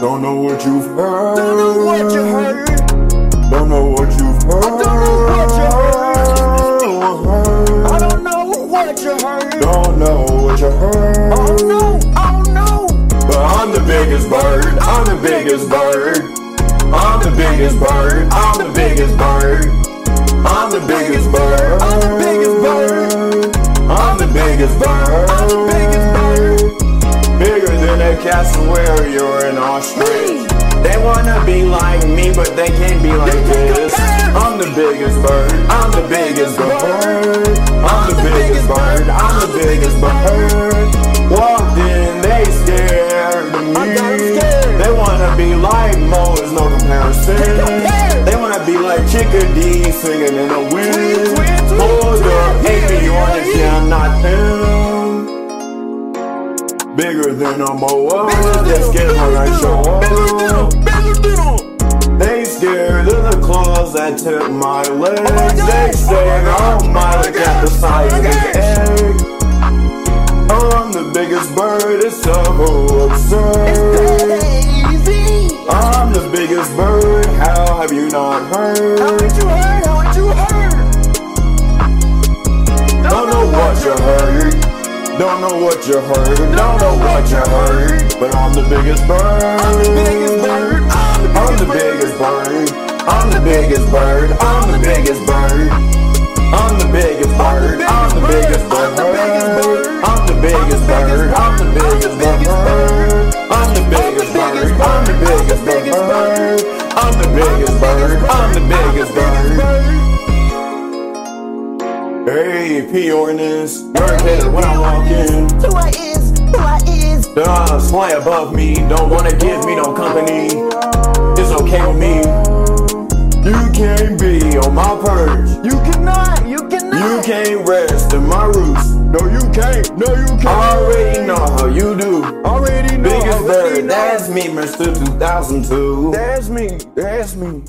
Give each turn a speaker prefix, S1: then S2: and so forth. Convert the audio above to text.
S1: Don't know what you've heard.
S2: Don't know what you heard.
S1: Don't know what you've heard.
S2: I don't know what you heard. I don't know what you heard.
S1: Don't know what you heard.
S2: Oh no, oh no.
S1: But I'm the biggest bird. I'm the biggest bird. I'm the biggest bird. I'm the biggest bird. I'm the biggest bird.
S2: I'm the biggest bird.
S1: I'm the biggest bird.
S2: I'm the biggest bird.
S1: Bigger than a castle where you're an ostrich. They wanna be like me, but they can't be like this. I'm the biggest bird. I'm the biggest bird. I'm the biggest bird. I'm the biggest bird. Walked in, they stared at
S2: I got
S1: me.
S2: scared.
S1: They wanna be like Mo, there's no comparison. They wanna be like Chickadee singing in the wind.
S2: Tweet, tweet,
S1: Hold up,
S2: tweet,
S1: hate me
S2: yeah,
S1: on the
S2: yeah.
S1: I'm not him. Bigger than a moa, just get her and show up. They stared in the claws that took my legs.
S2: my God.
S1: they stared,
S2: Oh my God.
S1: oh my, look at the
S2: Oh my
S1: size of
S2: gosh.
S1: the egg. I'm the biggest bird, it's so absurd.
S2: Crazy.
S1: I'm the biggest bird, how have you not heard?
S2: Haven't you heard? Haven't you heard?
S1: Don't know what you heard. Don't know what you heard. Don't know what you heard. But I'm the biggest bird. I'm the
S2: biggest bird.
S1: I'm the biggest bird. I'm the biggest bird. I'm the biggest bird. I'm the biggest bird. I'm the biggest bird. I'm the biggest bird. I'm the biggest bird. I'm the biggest bird. I'm the biggest bird. I'm the biggest bird. I'm the biggest bird. Hey, P ordinance, bird head when I walk in.
S2: Who I is? Who I is?
S1: Dogs fly above me, don't wanna give me no company. It's okay with me. You can't be on my perch.
S2: You cannot. You cannot.
S1: You can't rest in my roots.
S2: No, you can't. No, you can't.
S1: I already know how you do.
S2: Already know.
S1: Biggest
S2: already
S1: bird,
S2: know.
S1: that's me, Mr. 2002.
S2: That's me. That's me.